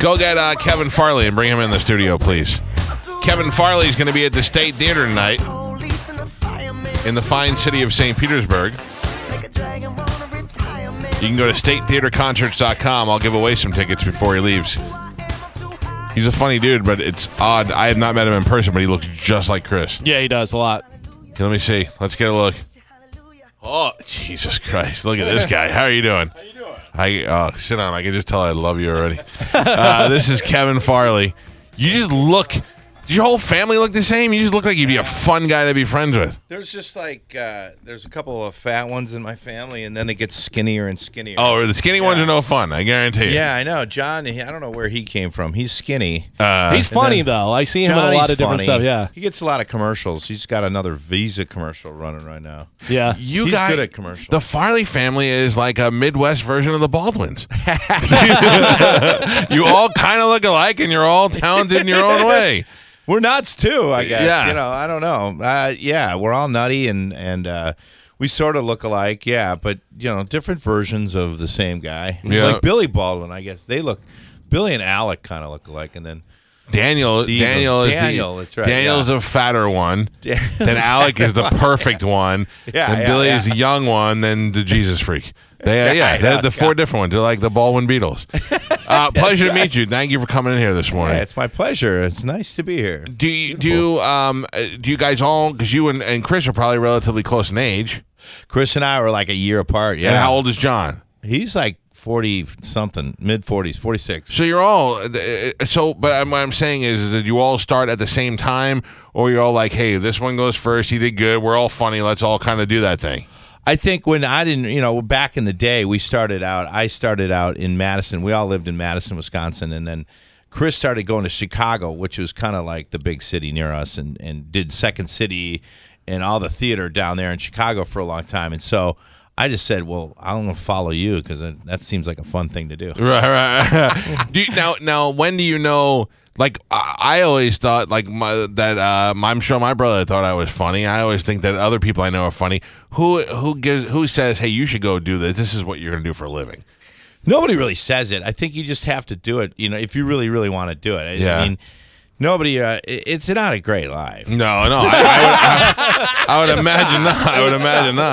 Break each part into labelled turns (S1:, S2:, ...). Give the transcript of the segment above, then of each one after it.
S1: Go get uh, Kevin Farley and bring him in the studio, please. Kevin Farley's going to be at the State Theater tonight in the fine city of St. Petersburg. You can go to statetheaterconcerts.com. I'll give away some tickets before he leaves. He's a funny dude, but it's odd. I have not met him in person, but he looks just like Chris.
S2: Yeah, he does a lot.
S1: Okay, let me see. Let's get a look. Oh, Jesus Christ. Look at this guy. How are you doing? How you doing? I uh, sit down. I can just tell I love you already. uh, this is Kevin Farley. You just look. Does your whole family look the same? You just look like you'd be a fun guy to be friends with.
S3: There's just like uh, there's a couple of fat ones in my family, and then it gets skinnier and skinnier.
S1: Oh, the skinny ones are no fun. I guarantee. you.
S3: yeah, I know. John, he- I don't know where he came from. He's skinny.
S1: Uh,
S2: He's funny
S3: then-
S2: though. I see him in a lot
S3: Johnny's
S2: of different
S3: funny.
S2: stuff. Yeah,
S3: he gets a lot of commercials. He's got another Visa commercial running right now.
S2: yeah.
S1: you
S3: He's
S1: guys,
S3: good at commercials.
S1: the Farley family is like a Midwest version of the Baldwins. you all kind of look alike, and you're all talented in your own way.
S3: We're nuts too, I guess.
S1: Yeah.
S3: You know, I don't know. Uh, yeah, we're all nutty and and uh, we sort of look alike. Yeah, but you know, different versions of the same guy.
S1: Yeah.
S3: Like Billy Baldwin, I guess they look. Billy and Alec kind of look alike, and then
S1: Daniel,
S3: Steve-
S1: Daniel, is
S3: Daniel,
S1: the,
S3: that's right,
S1: Daniel's
S3: yeah.
S1: a fatter one.
S3: Yeah.
S1: then Alec is the perfect one.
S3: Yeah,
S1: Then
S3: yeah,
S1: Billy
S3: yeah.
S1: is the young one. Then the Jesus freak. They, yeah,
S3: Yeah,
S1: they're
S3: yeah,
S1: the four different ones. They're like the Baldwin Beatles. Uh, pleasure to meet you. Thank you for coming in here this morning.
S3: yeah, it's my pleasure. It's nice to be here.
S1: do you, do you, um uh, do you guys all because you and, and Chris are probably relatively close in age.
S3: Chris and I were like a year apart. Yeah,
S1: And how old is John?
S3: He's like forty something, mid forties, forty six.
S1: So you're all uh, so. But I'm- what I'm saying is, is that you all start at the same time, or you're all like, "Hey, this one goes first. He did good. We're all funny. Let's all kind of do that thing."
S3: I think when I didn't, you know, back in the day, we started out. I started out in Madison. We all lived in Madison, Wisconsin, and then Chris started going to Chicago, which was kind of like the big city near us, and and did Second City and all the theater down there in Chicago for a long time. And so I just said, well, I'm gonna follow you because that seems like a fun thing to do.
S1: Right, right. right. do you, now, now, when do you know? Like, I, I always thought, like, my, that uh, I'm sure my brother thought I was funny. I always think that other people I know are funny. Who, who gives, who says, "Hey, you should go do this. This is what you're going to do for a living."
S3: Nobody really says it. I think you just have to do it. You know, if you really, really want to do it. I,
S1: Yeah.
S3: I mean, nobody. Uh, it, it's not a great life.
S1: No, no. I, I, would, I, I would imagine not. I would imagine not.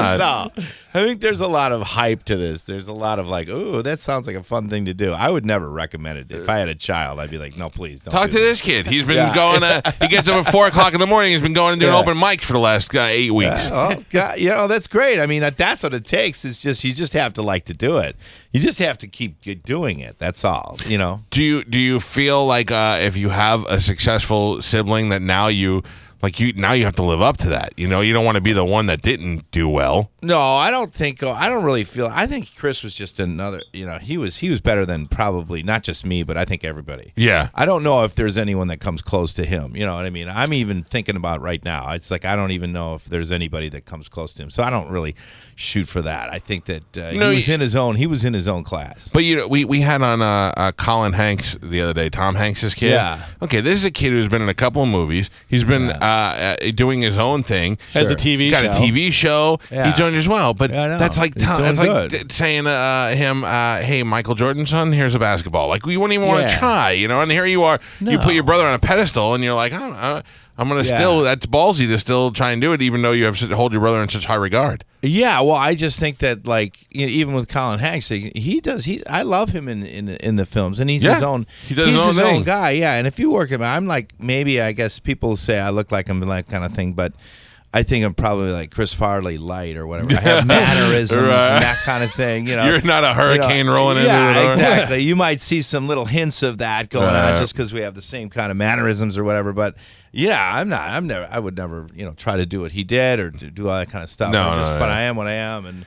S3: No, I think there's a lot of hype to this. There's a lot of like, ooh, that sounds like a fun thing to do. I would never recommend it. If I had a child, I'd be like, no, please don't.
S1: Talk
S3: do
S1: to this kid. He's been
S3: Yeah.
S1: going. Uh, he gets up at four o'clock in the morning. He's been going and doing
S3: Yeah.
S1: open mics for the last uh, eight weeks.
S3: Oh God, you know that's great. I mean, that- that's what it takes. It's just you just have to like to do it. You just have to keep g- doing it. That's all. You know.
S1: do you do you feel like uh, if you have a successful sibling that now you like you now you have to live up to that you know you don't want to be the one that didn't do well
S3: No, I don't think. oh, I don't really feel. I think Chris was just another. You know, he was he was better than probably not just me, but I think everybody.
S1: yeah
S3: I don't know if there's anyone that comes close to him. You know what I mean? I'm even thinking about right now. It's like I don't even know if there's anybody that comes close to him. So I don't really shoot for that. I think that uh,
S1: know,
S3: he was
S1: you-
S3: in his own. He was in his own class.
S1: but you know we, we had on uh, uh, colin hanks the other day tom hanks's kid
S3: Yeah.
S1: okay this is a kid who's been in a couple of movies he's been uh, uh, doing his own thing
S2: As a TV
S1: got
S2: show.
S1: a tv show
S3: Yeah.
S1: he's doing it as well but
S3: Yeah, I know.
S1: that's like
S3: He's
S1: tom,
S3: doing
S1: that's like
S3: good.
S1: d- saying uh, him uh, hey michael jordan's son here's a basketball like we wouldn't even want to
S3: Yeah.
S1: try you know and here you are you put your brother on a pedestal and you're like i'm, uh, I'm gonna
S3: Yeah.
S1: still that's ballsy to still try and do it even though you have such, hold your brother in such high regard
S3: Yeah, well, I just think that like you know, even with Colin Hanks, he, he does. He I love him in in, in the films, and he's
S1: Yeah.
S3: his own.
S1: He does
S3: he's
S1: his own thing.
S3: guy. Yeah, and if you work him, I'm like maybe I guess people say I look like him and that kind of thing, but. I think I'm probably like Chris Farley light or whatever. I have mannerisms
S1: Right.
S3: and that kind of thing. You know,
S1: you're not a hurricane
S3: You know,
S1: rolling
S3: yeah,
S1: into the door.
S3: exactly. You might see some little hints of that going
S1: Right.
S3: on just because we have the same kind of mannerisms or whatever. But yeah, I'm not. I'm never. I would never, you know, try to do what he did or to do all that kind of stuff.
S1: No,
S3: I
S1: no,
S3: just-
S1: no.
S3: But I am what I am, and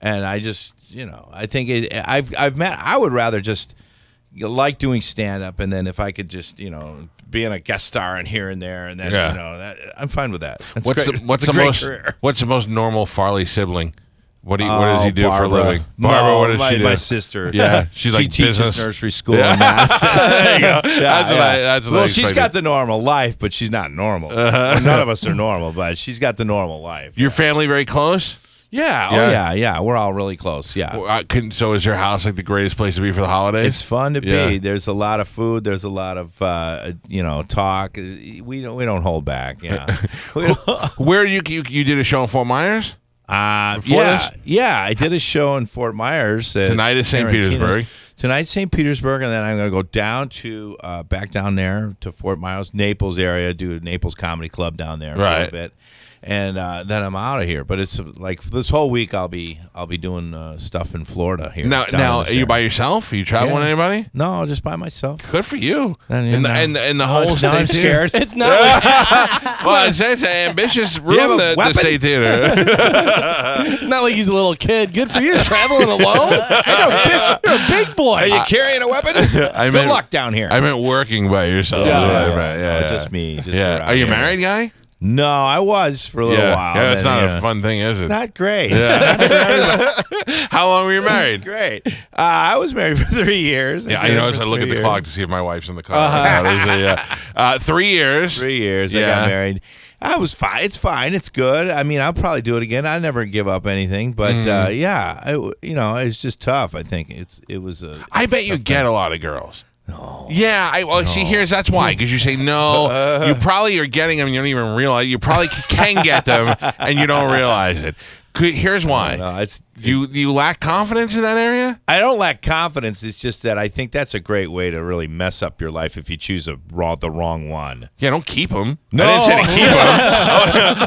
S3: and I just, you know, I think it, I've I've met. I would rather just like doing stand up, and then if I could just, you know. Being a guest star and here and there, and then
S1: Yeah.
S3: you know, that, I'm fine with that. That's
S1: What's
S3: great.
S1: the what's
S3: It's a
S1: the
S3: great
S1: most
S3: career.
S1: what's the most normal Farley sibling? What do you, what does he
S3: Oh,
S1: do for a
S3: Barbara.
S1: living?
S3: No,
S1: Barbara, what does
S3: my,
S1: she do?
S3: My sister.
S1: Yeah, she's
S3: she
S1: like
S3: teaches
S1: business.
S3: nursery school. in Madison.
S1: there you go.
S3: Yeah,
S1: that's what
S3: yeah.
S1: I. That's what I Uh-huh.
S3: well, she's got
S1: expected.
S3: the normal life, but she's not normal. None of us are normal, but she's got the normal life.
S1: Your family very close. Yeah.
S3: Yeah. Oh yeah. Yeah. We're all really close. Yeah.
S1: Well, I couldn't, so is your house like the greatest place to be for the holidays?
S3: It's fun to
S1: Yeah.
S3: be. There's a lot of food. There's a lot of uh, you know talk. We don't we don't hold back. Yeah. We don't-
S1: Where you, you you did a show in Fort Myers?
S3: uh,
S1: Before
S3: yeah.
S1: this?
S3: Yeah. I did a show in Fort Myers at
S1: Tonight is St.
S3: Tarantino's.
S1: Petersburg.
S3: Tonight St. Petersburg, and then I'm going to go down to uh, back down there to Fort Myers, Naples area, do Naples Comedy Club down there for a
S1: Right.
S3: little bit, and uh, then I'm out of here. But it's uh, like this whole week I'll be I'll be doing uh, stuff in Florida here.
S1: Now,
S3: down in
S1: now
S3: this
S1: are you
S3: area.
S1: by yourself? Are you traveling with
S3: Yeah.
S1: anybody?
S3: No, just by myself.
S1: Good for you.
S3: And,
S1: And,
S3: you
S1: the,
S3: know-
S1: and, the- and the
S3: Oh,
S1: whole
S3: it's- now
S1: state
S3: I'm
S1: theater.
S3: scared.
S2: It's not like,
S1: Well, it's, it's an ambitious room,
S3: have a
S1: the, the
S3: weapon?
S1: state theater.
S2: it's not like he's a little kid. Good for you, traveling alone. I know, big- you're a big boy. Uh,
S3: Are you carrying a weapon?
S1: I
S3: Good
S1: meant,
S3: luck down here. Oh,
S1: I meant working by yourself.
S3: Yeah, yeah, yeah.
S1: right, yeah,
S3: No,
S1: yeah.
S3: just me, just
S1: yeah.
S3: around
S1: Are you a
S3: here.
S1: married guy?
S3: No, I was for a little
S1: yeah.
S3: while.
S1: Yeah, that's
S3: then,
S1: not
S3: yeah.
S1: a fun thing, is it?
S3: Not great.
S1: Yeah. How long were you married?
S3: Great. Uh, I was married for three years.
S1: Yeah, I
S3: did it
S1: noticed.
S3: for
S1: I look at
S3: three
S1: the clock
S3: years. Uh-huh.
S1: to see if my wife's in the car. Yeah, there's a, yeah. Uh, three years.
S3: Three years. I
S1: Yeah.
S3: got married. I was fine. It's fine. It's good. I mean, I'll probably do it again. I never give up anything. But uh,
S1: Mm.
S3: yeah, I, you know, it's just tough. I think it's it was a.
S1: I bet you get a lot of girls. No. Yeah, I well see here's that's why because you say no, you probably are getting them. You don't even realize you probably c- can get them, and you don't realize it. Could- Here's why
S3: No, it's.
S1: you you lack confidence in that area.
S3: I don't lack confidence. It's just that I think that's a great way to really mess up your life if you choose a raw the wrong one.
S1: Yeah, don't keep them.
S3: No.
S1: I didn't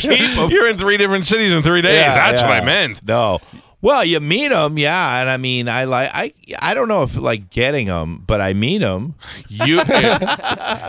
S1: say to keep them. You're in three different cities in three days.
S3: Yeah,
S1: that's what
S3: yeah.
S1: I meant.
S3: No. Well, you meet them, yeah, and I mean, I like, I, I don't know if like getting them, but I meet them.
S1: You.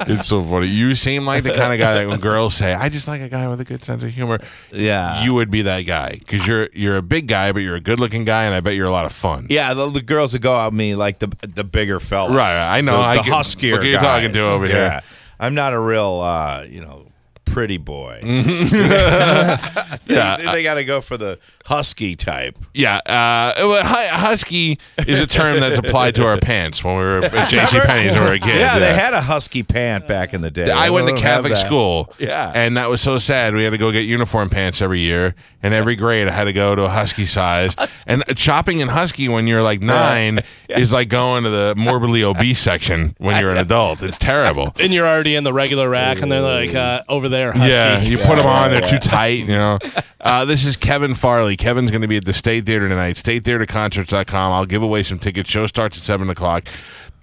S1: it's so funny. You seem like the kind of guy that when girls say, "I just like a guy with a good sense of humor,"
S3: Yeah,
S1: you would be that guy because you're you're a big guy, but you're a good looking guy, and I bet you're a lot of fun.
S3: yeah. The, the girls that go out with me like the the bigger fellas,
S1: Right, I know.
S3: The,
S1: I
S3: the
S1: get-
S3: huskier.
S1: look who you're
S3: guys.
S1: talking to over
S3: yeah.
S1: here.
S3: I'm not a real, uh, you know, pretty boy.
S1: Yeah,
S3: they, they got to go for the husky type.
S1: yeah. Uh, well, hu- husky is a term that's applied to our pants when we were at J.C. Penney's when we were kids.
S3: Yeah, they had a husky pant back in the day.
S1: I
S3: They
S1: went to
S3: don't have
S1: Catholic
S3: that.
S1: school.
S3: Yeah.
S1: And that was so sad. We had to go get uniform pants every year. And every grade, I had to go to a Husky size. And shopping in Husky when you're like nine is like going to the morbidly obese section when you're an adult. It's terrible.
S2: and you're already in the regular rack, and they're like uh, over there. Husky.
S1: Yeah, you put them on; they're too tight. You know. Uh, this is Kevin Farley. Kevin's going to be at the State Theater tonight. StateTheaterConcerts.com. I'll give away some tickets. Show starts at seven o'clock.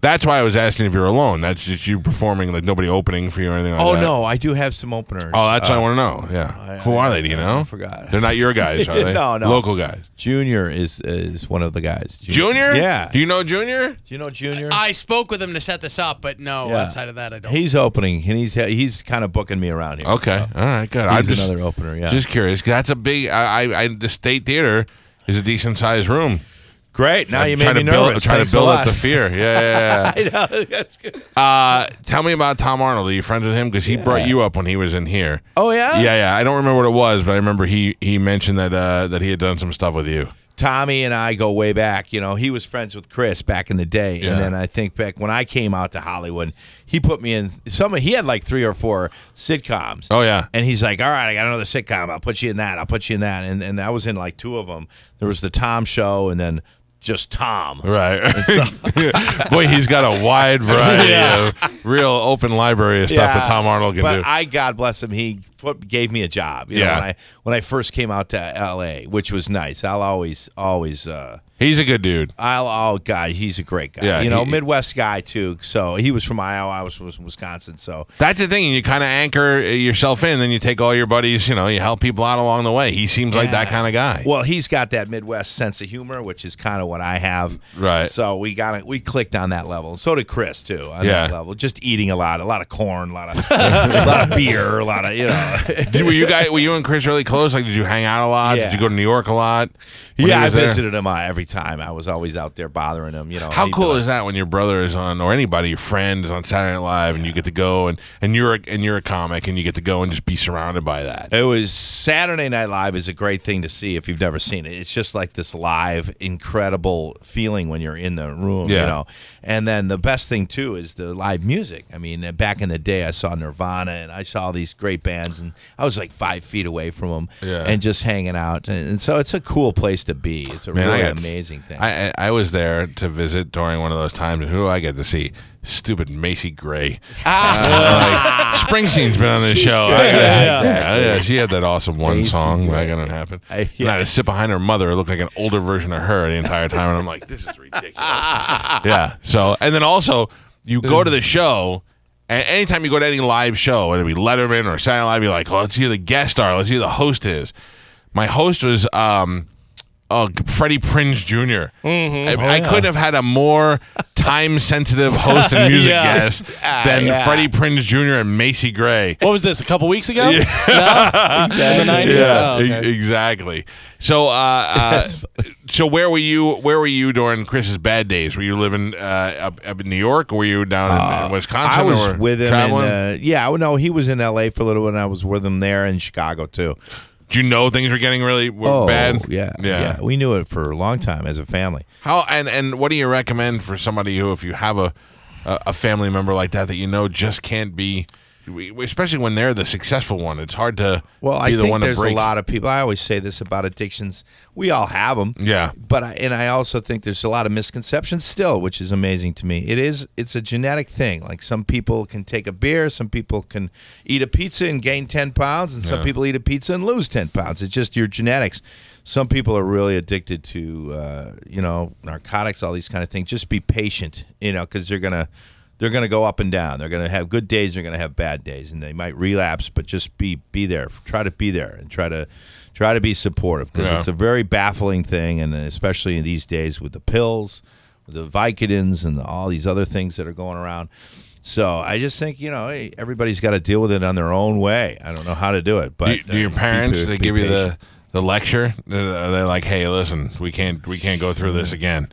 S1: That's why I was asking if you're alone. That's just you performing, like nobody opening for you or anything like
S3: Oh
S1: that.
S3: no, I do have some openers. Uh,
S1: Oh, that's what I want to know. Yeah, who are they? Do you know?
S3: I forgot.
S1: They're not your guys, are they?
S3: No, no.
S1: Local guys.
S3: Junior is is one of the guys.
S1: Junior?
S3: Yeah.
S1: Do you know Junior?
S3: Do you know Junior?
S4: I spoke with him to set this up, but no,
S3: Yeah.
S4: outside of that, I don't.
S3: He's opening, and he's he's kind of booking me around here.
S1: Okay.
S3: so
S1: All right. Good. I'm
S3: he's
S1: just
S3: another opener. Yeah,
S1: just curious. 'cause That's a big. I, I, I the State Theater is a decent sized room.
S3: great. Now
S1: I'm
S3: Ah, you made
S1: trying
S3: me
S1: to build,
S3: nervous.
S1: Trying
S3: Thanks
S1: to
S3: a
S1: build up
S3: lot.
S1: the fear. Yeah, yeah, yeah.
S3: I know that's good.
S1: Uh, tell me about Tom Arnold. Are you friends with him? Because he brought you up when he was in here.
S3: Oh yeah,
S1: Yeah, yeah. I don't remember what it was, but I remember he he mentioned that uh, that he had done some stuff with you.
S3: Tommy and I go way back. You know, he was friends with Chris back in the day,
S1: Yeah.
S3: and then I think back when I came out to Hollywood, he put me in some. He had like three or four sitcoms.
S1: Oh yeah.
S3: And he's like, "All right, I got another sitcom. I'll put you in that. I'll put you in that." And and I was in like two of them. There was the Tom Show, and then just Tom.
S1: Right. Boy, he's got a wide variety
S2: Yeah.
S1: of real open library of stuff that
S3: Yeah,
S1: Tom Arnold can
S3: but
S1: do.
S3: I, God bless him, he put, gave me a job. You know,
S1: Yeah.
S3: when I when I first came out to L.A., which was nice. I'll always, always, uh,
S1: he's a good dude.
S3: I'll, oh God, he's a great guy.
S1: Yeah,
S3: you know,
S1: he-
S3: Midwest guy too. So he was from Iowa, I was from Wisconsin. So
S1: That's the thing. You kind of anchor yourself in, then you take all your buddies. You know, you help people out along the way. He seems like that
S3: Yeah.
S1: kind of guy.
S3: well, he's got that Midwest sense of humor, which is kind of what I have.
S1: Right.
S3: So we got it. We clicked on that level. So did Chris too. On
S1: Yeah.
S3: that level, just eating a lot, a lot of corn, a lot of, a lot of beer, a lot of you know.
S1: Did- were you guys? Were you and Chris really close? Like, did you hang out a lot?
S3: Yeah.
S1: Did you go to New York a lot? when he
S3: yeah, I
S1: was there?
S3: visited him uh, every time. I was always out there bothering him. You know,
S1: How
S3: he'd be
S1: cool
S3: like-
S1: is that when your brother is on, or anybody, your friend is on Saturday Night Live, and you get to go and and you're a, and you're a comic, and you get to go and just be surrounded by that.
S3: It was Saturday Night Live is a great thing to see if you've never seen it. It's just like this live, incredible feeling when you're in the room,
S1: Yeah.
S3: you know. And then the best thing too is the live music. I mean, uh, back in the day, I saw Nirvana and I saw all these great bands, and I was like five feet away from them,
S1: Yeah.
S3: and just hanging out. And, and so it's a cool place to be. It's a
S1: Man,
S3: really
S1: I got,
S3: amazing thing.
S1: I, I I was there to visit during one of those times, and who do I get to see? Stupid Macy Gray. Uh, like, Springsteen's been on this show. I
S3: good.
S1: gotta-
S3: Ah. Yeah,
S1: yeah, yeah, she had that awesome one
S3: Macy
S1: song. That
S3: Gray.
S1: gonna happen.
S3: I-
S1: And I had to sit behind her mother. It looked like an older version of her the entire time, and I'm like, this is ridiculous. yeah. So, and then also, you go to the show. And anytime you go to any live show, whether it be Letterman or Saturday Night Live, you're like, oh, let's see who the guest star, let's see who the host is. My host was um, Oh, Freddie Prinz junior
S3: Mm-hmm.
S1: I,
S3: Oh,
S1: I couldn't have had a more time sensitive host and music
S2: Yeah.
S1: guest than
S3: yeah.
S1: Freddie Prinz Jr. and Macy Gray.
S2: What was this? A couple weeks ago?
S3: Yeah.
S2: In the 90s? Oh,
S1: e-
S2: okay.
S1: exactly. So, uh, uh, so where were you? Where were you during Chris's bad days? Were you living uh, up, up in New York, or were you down in, in Wisconsin?
S3: Uh, I
S1: or
S3: was with him. In,
S1: traveling?
S3: uh, yeah, I- no, he was in L.A. for a little, bit, and I was with him there in Chicago too.
S1: Did you know things were getting really were bad?
S3: Oh, Yeah,
S1: yeah,
S3: yeah. We knew it for a long time as a family.
S1: How and and what do you recommend for somebody who, if you have a a a family member like that that you know just can't be, especially when they're the successful one, it's hard to
S3: Well,
S1: be
S3: I
S1: the
S3: think
S1: one
S3: there's
S1: to break.
S3: a lot of people. I always say this about addictions. We all have them.
S1: Yeah.
S3: But I, and I also think there's a lot of misconceptions still, which is amazing to me. It is it's a genetic thing. Like some people can take a beer, some people can eat a pizza and gain 10 pounds, and some
S1: Yeah.
S3: people eat a pizza and lose 10 pounds. It's just your genetics. Some people are really addicted to uh, you know narcotics, all these kind of things. Just be patient, you know, because they're gonna they're going to go up and down. They're going to have good days. They're going to have bad days, and they might relapse. But just be be there. Try to be there and try to try to be supportive because
S1: Yeah.
S3: it's a very baffling thing, and especially in these days with the pills, with the Vicodins, and the, all these other things that are going around. So I just think you know hey, everybody's got to deal with it on their own way. I don't know how to do it, but
S1: Do, do your
S3: uh, be
S1: parents?
S3: pa-
S1: they
S3: be
S1: give you the
S3: patient.
S1: the lecture. Are they like, hey, listen, we can't we can't go through this again?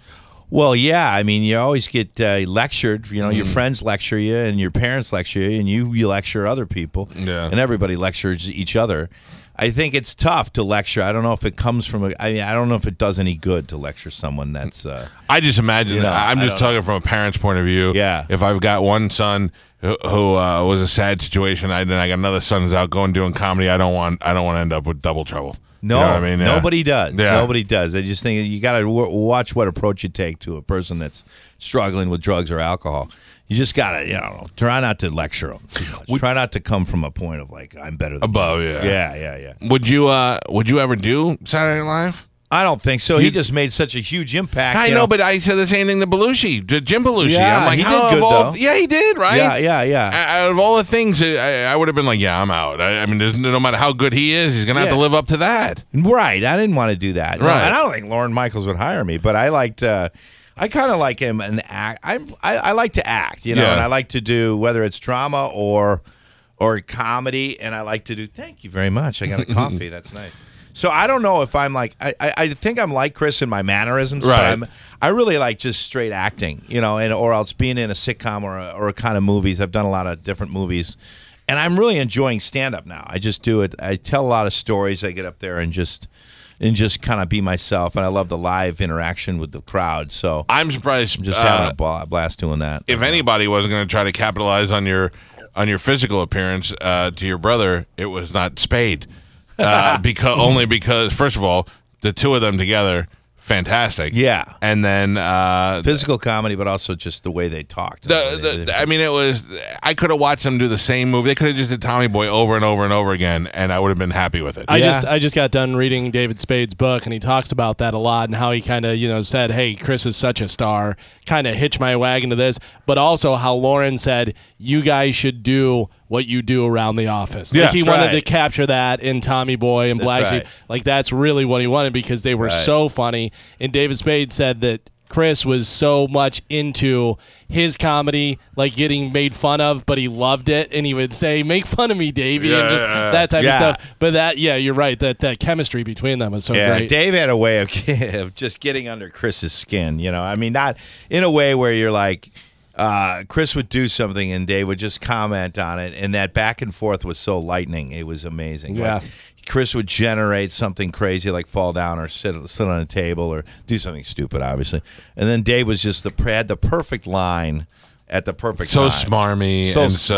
S3: Well, yeah. I mean, you always get uh, lectured. You know, your
S1: Mm-hmm.
S3: friends lecture you, and your parents lecture you, and you, you lecture other people.
S1: Yeah.
S3: And everybody lectures each other. I think it's tough to lecture. I don't know if it comes from. A, I mean, I don't know if it does any good to lecture someone that's. Uh,
S1: I just imagine.
S3: You know,
S1: that. I'm
S3: I
S1: just talking from a parent's point of view.
S3: Yeah.
S1: If I've got one son who, who uh, was a sad situation, I then I got another son who's out going doing comedy. I don't want I don't want to end up with double trouble. You
S3: no,
S1: know what I mean, Yeah.
S3: nobody does.
S1: Yeah.
S3: Nobody does. I just think you got to w- watch what approach you take to a person that's struggling with drugs or alcohol. You just got to, you know, try not to lecture them. Too much. try not to come from a point of like I'm better than.
S1: above.
S3: you. Yeah, yeah, yeah.
S1: Would you uh would you ever do Saturday Night Live?
S3: I don't think so. he just made such a huge impact.
S1: I
S3: you
S1: know, but I said the same thing to Belushi, to Jim Belushi.
S3: Yeah,
S1: I'm like,
S3: he
S1: how
S3: did
S1: of
S3: good,
S1: all
S3: though.
S1: yeah, he did, right?
S3: yeah, yeah, yeah.
S1: I- Out of all the things, I, I would have been like, "Yeah, I'm out." I, I mean, there's- no matter how good he is, he's gonna have
S3: Yeah.
S1: to live up to that.
S3: right. I didn't want to do that. No,
S1: Right.
S3: and I don't think Lauren Michaels would hire me, but I liked. Uh, I kind of like him an act. I, I I like to act, you know,
S1: Yeah.
S3: and I like to do whether it's drama or or comedy, and I like to do. Thank you very much. I got a coffee. That's nice. So I don't know if I'm like I, I, I think I'm like Chris in my mannerisms,
S1: Right.
S3: but I'm I really like just straight acting, you know, and or else being in a sitcom or a, or a kind of movies. I've done a lot of different movies, and I'm really enjoying stand up now. I just do it. I tell a lot of stories. I get up there and just and just kind of be myself, and I love the live interaction with the crowd. So I'm
S1: I'm surprised.
S3: just
S1: uh,
S3: having a bla- blast doing that.
S1: if anybody wasn't gonna try to capitalize on your on your physical appearance uh, to your brother, it was not Spade, uh, because only because first of all, the two of them together, fantastic.
S3: Yeah.
S1: and then uh,
S3: Physical comedy, but also just the way they talked.
S1: the, the I mean, it was. I could have watched them do the same movie. They could have just did Tommy Boy over and over and over again, and I would have been happy with it.
S2: I
S3: Yeah.
S2: just I just got done reading David Spade's book, and he talks about that a lot, and how he kind of you know said, "Hey, Chris is such a star." Kind of hitch my wagon to this, but also how Lauren said, "You guys should do what you do around the office."
S1: Yeah,
S2: like he
S1: that's
S2: wanted
S3: right.
S2: to capture that in Tommy Boy and
S3: That's
S2: Black
S3: right.
S2: Sheep. Like that's really what he wanted because they were so funny. And David Spade said that Chris was so much into his comedy, like getting made fun of, but he loved it, and he would say, "Make fun of me, Davey," and just
S1: Yeah.
S2: that type
S3: Yeah.
S2: of stuff. But that, yeah, you're right. That that chemistry between them was so
S3: Yeah,
S2: great.
S3: Dave had a way of, of just getting under Chris's skin. You know, I mean, not in a way where you're like, uh, Chris would do something and Dave would just comment on it, and that back and forth was so lightning. It was amazing.
S2: Yeah.
S3: Like, Chris would generate something crazy, like fall down or sit sit on a table or do something stupid, obviously, and then Dave was just the had the perfect line at the perfect
S1: So
S3: time.
S1: smarmy.
S3: So
S1: and so,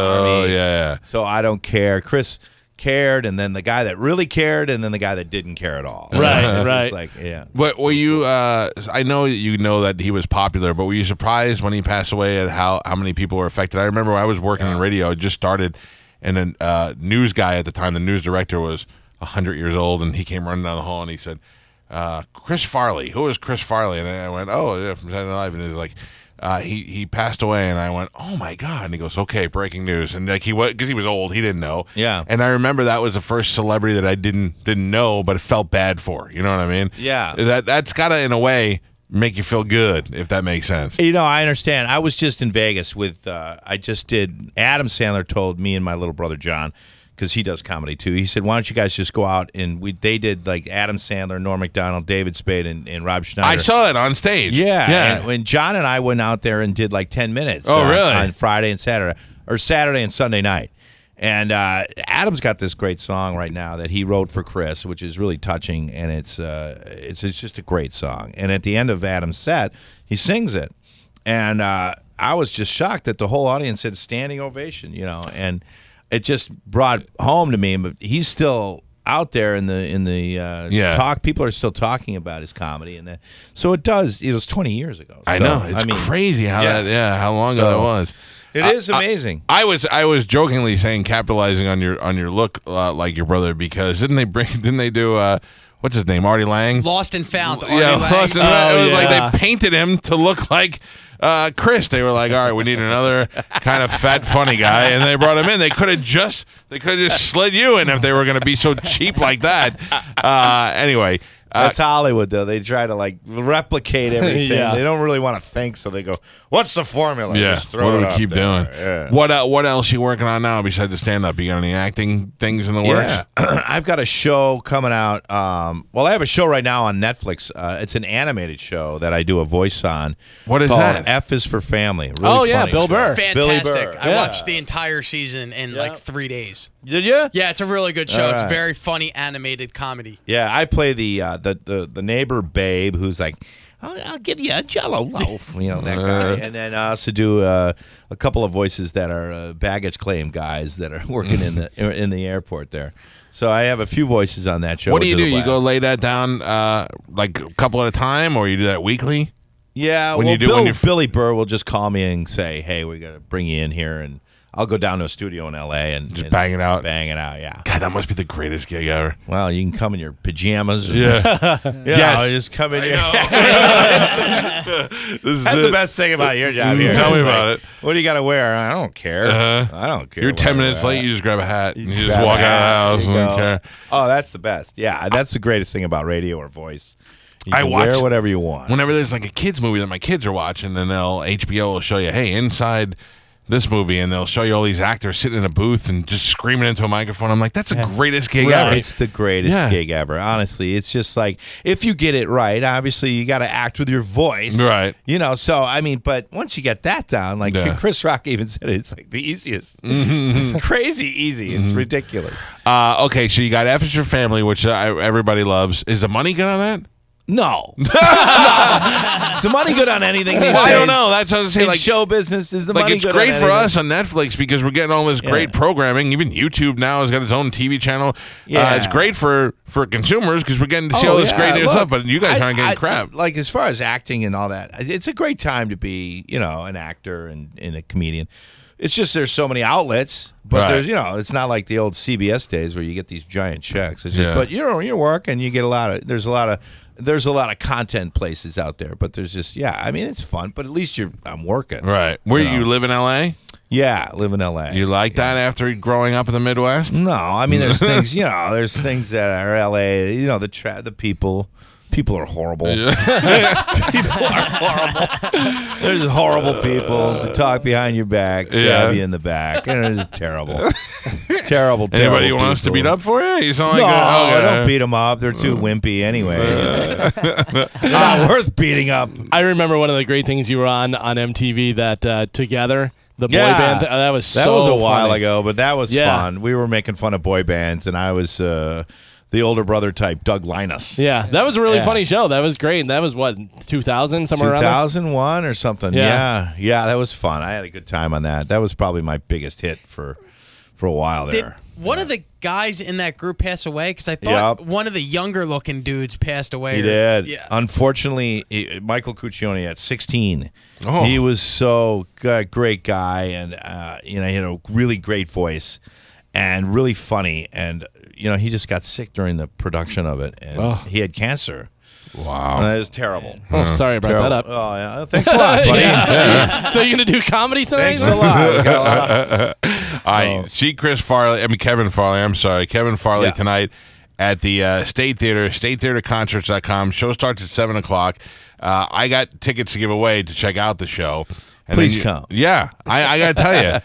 S3: smarmy.
S1: yeah.
S3: So I don't care. Chris cared, and then the guy that really cared, and then the guy that didn't care at all.
S2: Right,
S3: It's
S2: right.
S3: like yeah.
S1: But were you? Uh, I know you know that he was popular, but were you surprised when he passed away at how how many people were affected? I remember when I was working in radio, I just started, and a uh, news guy at the time, the news director was hundred years old, and he came running down the hall and he said, uh, "Chris Farley, who is Chris Farley?" And I went, "Oh, yeah, from Saturday Night Live," and he was like. Uh, he he passed away, and I went, "Oh my god!" And he goes, "Okay, breaking news." And like he was, because he was old, he didn't know.
S3: Yeah.
S1: And I remember that was the first celebrity that I didn't didn't know, but felt bad for. You know what I mean?
S3: Yeah.
S1: That that's gotta in a way make you feel good, if that makes sense.
S3: You know, I understand. I was just in Vegas with. Uh, I just did. Adam Sandler told me and my little brother John, because he does comedy too. He said, "Why don't you guys just go out and we?" They did like Adam Sandler, Norm Macdonald, David Spade, and, and Rob
S1: I
S3: Schneider.
S1: saw it on stage.
S3: Yeah,
S1: Yeah.
S3: And when John and I went out there and did like ten minutes.
S1: Oh,
S3: on-
S1: really?
S3: On Friday and Saturday, or Saturday and Sunday night. And uh, Adam's got this great song right now that he wrote for Chris, which is really touching, and it's uh, it's it's just a great song. And at the end of Adam's set, he sings it, and uh, I was just shocked that the whole audience had standing ovation, you know, and it just brought home to me. But he's still out there in the in the uh,
S1: Yeah.
S3: talk. People are still talking about his comedy, and that so it does. It was twenty years ago.
S1: I
S3: So,
S1: know. It's crazy how
S3: yeah.
S1: that yeah, how long ago
S3: So-
S1: that was.
S3: It
S1: I-
S3: is
S1: I-
S3: amazing.
S1: I, was I was jokingly saying capitalizing on your on your look uh, like your brother because didn't they bring didn't they do uh what's his name? Artie Lang?
S4: Lost and found.
S1: yeah,
S4: Artie Lang.
S1: Lost and
S2: Oh,
S1: Found. it was
S2: yeah.
S1: like they painted him to look like uh, Chris. They were like, all right, we need another kind of fat, funny guy, and they brought him in. They could have just they could have just slid you in if they were going to be so cheap like that. Uh, anyway, uh,
S3: That's Hollywood, though. They try to like replicate everything.
S2: Yeah.
S3: They don't really want to think, so they go, "What's the formula?"
S1: yeah,
S3: Just throw
S1: what do
S3: it
S1: we
S3: out
S1: keep
S3: there.
S1: doing?
S3: Yeah.
S1: What uh, what else you working on now besides the stand up? You got any acting things in the works?
S3: Yeah. I've got a show coming out. Um, well, I have a show right now on Netflix. Uh, it's an animated show that I do a voice on.
S1: What is
S3: called
S1: that?
S3: F is for Family. Really
S2: Oh, yeah,
S3: funny.
S2: Bill Burr.
S3: Billy
S4: Fantastic.
S3: Burr.
S4: I
S2: Yeah.
S4: watched the entire season in like three days.
S3: Did you?
S4: Yeah, it's a really good show. It's
S3: right.
S4: very funny animated comedy.
S3: Yeah, I play the uh, the, the the neighbor babe who's like, I'll, I'll give you a Jello loaf, you know that guy.
S1: Uh-huh.
S3: And then I also do uh, a couple of voices that are uh, baggage claim guys that are working in
S1: Mm-hmm.
S3: the in the airport there. So I have a few voices on that show.
S1: What do
S3: which
S1: you
S3: is
S1: do?
S3: a
S1: You
S3: blast.
S1: go lay that down uh, like a couple at a time, or you do that weekly?
S3: Yeah,
S1: When
S3: well,
S1: you do-
S3: Bill,
S1: when you're-
S3: Billy Burr will just call me and say, "Hey, we got to bring you in here," and I'll go down to a studio in L.A. and
S1: Just
S3: and
S1: bang it out.
S3: bang it out. Yeah.
S1: God, that must be the greatest gig ever.
S3: Well, you can come in your pajamas. and-
S1: Yeah.
S3: You know,
S1: Yes.
S3: just come in. here.
S1: This is
S3: That's
S1: it.
S3: the best thing about your job here.
S1: Tell me
S3: It's
S1: about it.
S3: What do you got to wear? I don't care.
S1: Uh-huh.
S3: I don't care.
S1: You're
S3: what
S1: 10
S3: I
S1: minutes
S3: wear.
S1: late, you just grab a hat, and you
S3: grab
S1: just
S3: a
S1: walk out
S3: hat,
S1: of the house
S3: you
S1: and don't
S3: go.
S1: care.
S3: Oh, that's the best. Yeah, that's the greatest thing about radio or voice. You
S1: I
S3: can
S1: watch-
S3: wear whatever you want.
S1: Whenever there's like a kids movie that my kids are watching, and they'll HBO will show you, hey, inside this movie, and they'll show you all these actors sitting in a booth and just screaming into a microphone. I'm like, that's the greatest gig
S3: Yeah,
S1: ever.
S3: It's the greatest
S1: Yeah.
S3: gig ever. Honestly, it's just like if you get it right, obviously you got to act with your voice,
S1: Right.
S3: You know, so I mean, but once you get that down, like
S1: Yeah. Mm-hmm.
S3: Chris Rock even said, it, it's like the easiest. It's crazy easy. It's ridiculous.
S1: Uh, okay, so you got F is Your Family, which uh, everybody loves. Is the money good on that?
S3: No, is the money good on anything? These
S1: I don't
S3: days?
S1: know. That's what I was saying.
S3: In
S1: Like,
S3: show business is the
S1: like
S3: money
S1: it's
S3: good on
S1: great for
S3: anything?
S1: us on Netflix because we're getting all this great programming. Even YouTube now has got its own TV channel. Yeah,
S3: Yeah.
S1: it's great for for consumers because we're getting to see
S3: Oh,
S1: all this
S3: yeah,
S1: great new
S3: look,
S1: stuff. But you guys
S3: I-
S1: aren't getting
S3: I-
S1: crap.
S3: Like as far as acting and all that, it's a great time to be, you know, an actor and, and a comedian. It's just there's so many outlets, but
S1: Right.
S3: there's you know, it's not like the old CBS days where you get these giant checks. It's just,
S1: Yeah.
S3: But you know, you work and you get a lot of there's a lot of there's a lot of content places out there, but there's just yeah, I mean it's fun, but at least you're I'm working.
S1: Right. Where
S3: You
S1: you,
S3: know.
S1: live in LA?
S3: Yeah, live in LA.
S1: You like that after growing up in the Midwest?
S3: No, I mean there's things you know. There's things that are L.A. You know the tra- the people. People are horrible.
S1: Yeah.
S3: There's horrible people to talk behind your back, stab
S1: Yeah.
S3: you in the back. And it's terrible. terrible, terrible.
S1: Anybody you want us to beat
S3: people.
S1: up for you? You sound like
S3: No,
S1: a- okay.
S3: don't beat them up. They're too wimpy anyway.
S1: Uh.
S3: They're not worth beating up.
S2: I remember one of the great things you were on on MTV that uh, together the boy band. th- that was
S3: that
S2: so
S3: was a while
S2: funny.
S3: ago, but that was
S2: Yeah.
S3: fun. We were making fun of boy bands, and I was uh, the older brother type, Doug Linus.
S2: Yeah, that was a really
S3: Yeah.
S2: funny show. That was great. That was what 2000 somewhere around. there?
S3: 2001 or something.
S2: Yeah.
S3: Yeah. yeah, that was fun. I had a good time on that. That was probably my biggest hit for for a while
S4: Did
S3: there.
S4: one of the guys in that group pass away? Because I thought
S3: Yep.
S4: one of the younger looking dudes passed away.
S3: He
S4: or-
S3: did.
S4: Yeah.
S3: Unfortunately, he- Michael Cuccione at 16.
S1: Oh.
S3: He was so good, great guy, and uh, you know he had a really great voice, and really funny, and you know he just got sick during the production of it, and
S2: Oh.
S3: he had cancer.
S1: Wow.
S3: And it was terrible.
S2: Oh, sorry I brought that
S3: Terrible.
S2: up.
S3: Oh yeah. Thanks a lot, buddy.
S2: so you're gonna do comedy tonight?
S3: Thanks a lot. We got a lot of-
S1: I see Chris Farley. I mean Kevin Farley. I'm sorry, Kevin Farley
S3: Oh. Yeah.
S1: tonight at the uh, State Theater, StateTheaterConcerts.com. Show starts at seven o'clock. Uh, I got tickets to give away to check out the show. And
S3: Please
S1: then you-
S3: come.
S1: Yeah, I, I gotta tell you.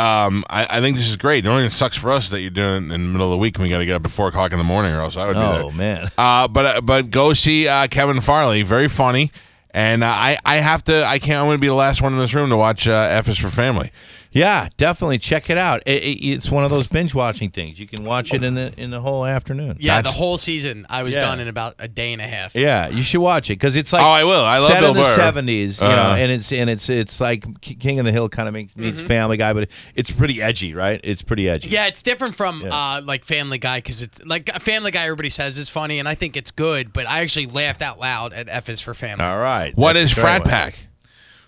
S1: Um, I, I think this is great. The only thing that sucks for us is that you're doing it in the middle of the week and we got to get up at four o'clock in the morning, or else I would be there.
S3: Oh man.
S1: Uh, but uh, but go see uh, Kevin Farley. Very funny. And uh, I I have to I can't. I'm going to be the last one in this room to watch uh, F is for Family.
S3: Yeah, definitely check it out. It, it- it's one of those binge watching things. You can watch it in the in the whole afternoon.
S4: Yeah,
S1: That's-
S4: the whole season I was
S3: Yeah.
S4: done in about a day and a half.
S3: Yeah, you should watch it because it's like
S1: Oh, I will. I love
S3: set
S1: Bill
S3: in the
S1: Burr.
S3: seventies, you
S1: Uh-huh. Mm-hmm.
S3: know, and it's and it's it's like K- King of the Hill kind of makes meets Family Guy, but it's pretty edgy, right? It's pretty edgy.
S4: Yeah, it's different from
S3: Yeah.
S4: uh, like Family Guy because it's like Family Guy. Everybody says is funny, and I think it's good, but I actually laughed out loud at F is for Family.
S3: All right.
S1: What is
S3: That's a great
S1: Frat
S3: one.
S1: Pack?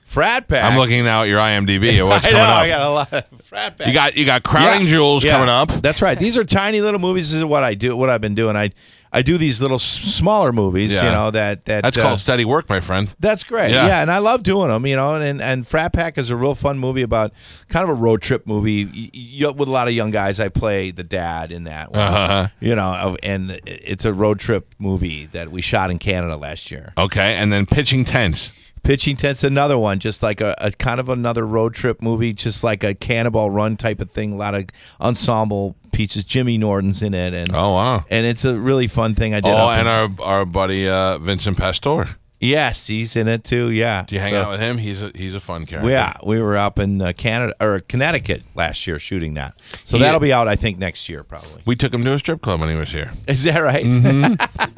S3: Frat pack.
S1: I'm looking now at your IMDb at what's
S3: I know.
S1: coming
S3: I
S1: up.
S3: got a lot of frat pack.
S1: you got you got Crowning
S3: Yeah.
S1: Jewels
S3: Yeah.
S1: coming up.
S3: That's right. These are tiny little movies. This is what I do. What I've been doing. I I do these little s- smaller movies. You
S1: Yeah.
S3: know that that
S1: That's
S3: uh,
S1: called steady work, my friend.
S3: That's great.
S1: Yeah.
S3: Yeah. and I love doing them. You know, and and Frat Pack is a real fun movie about kind of a road trip movie y- y- with a lot of young guys. I play the dad in that one.
S1: Uh-huh.
S3: You know, of- and it's a road trip movie that we shot in Canada last year.
S1: Okay, and then pitching tents.
S3: Pitching Tent's another one, just like a, a kind of another road trip movie, just like a Cannonball Run type of thing. A lot of ensemble pieces. Jimmy Norton's in it, and
S1: Oh wow.
S3: and it's a really fun thing I did.
S1: Oh,
S3: up in-
S1: and our our buddy uh, Vincent Pastor.
S3: yes, he's in it too. Yeah.
S1: Do you hang
S3: So-
S1: out with him? He's a he's a fun character.
S3: Yeah, we were up in uh, Canada or Connecticut last year shooting that. So
S1: Yeah.
S3: that'll be out, I think, next year probably. Mm-hmm.
S1: We took him to a strip club when he was here,
S3: Is that right?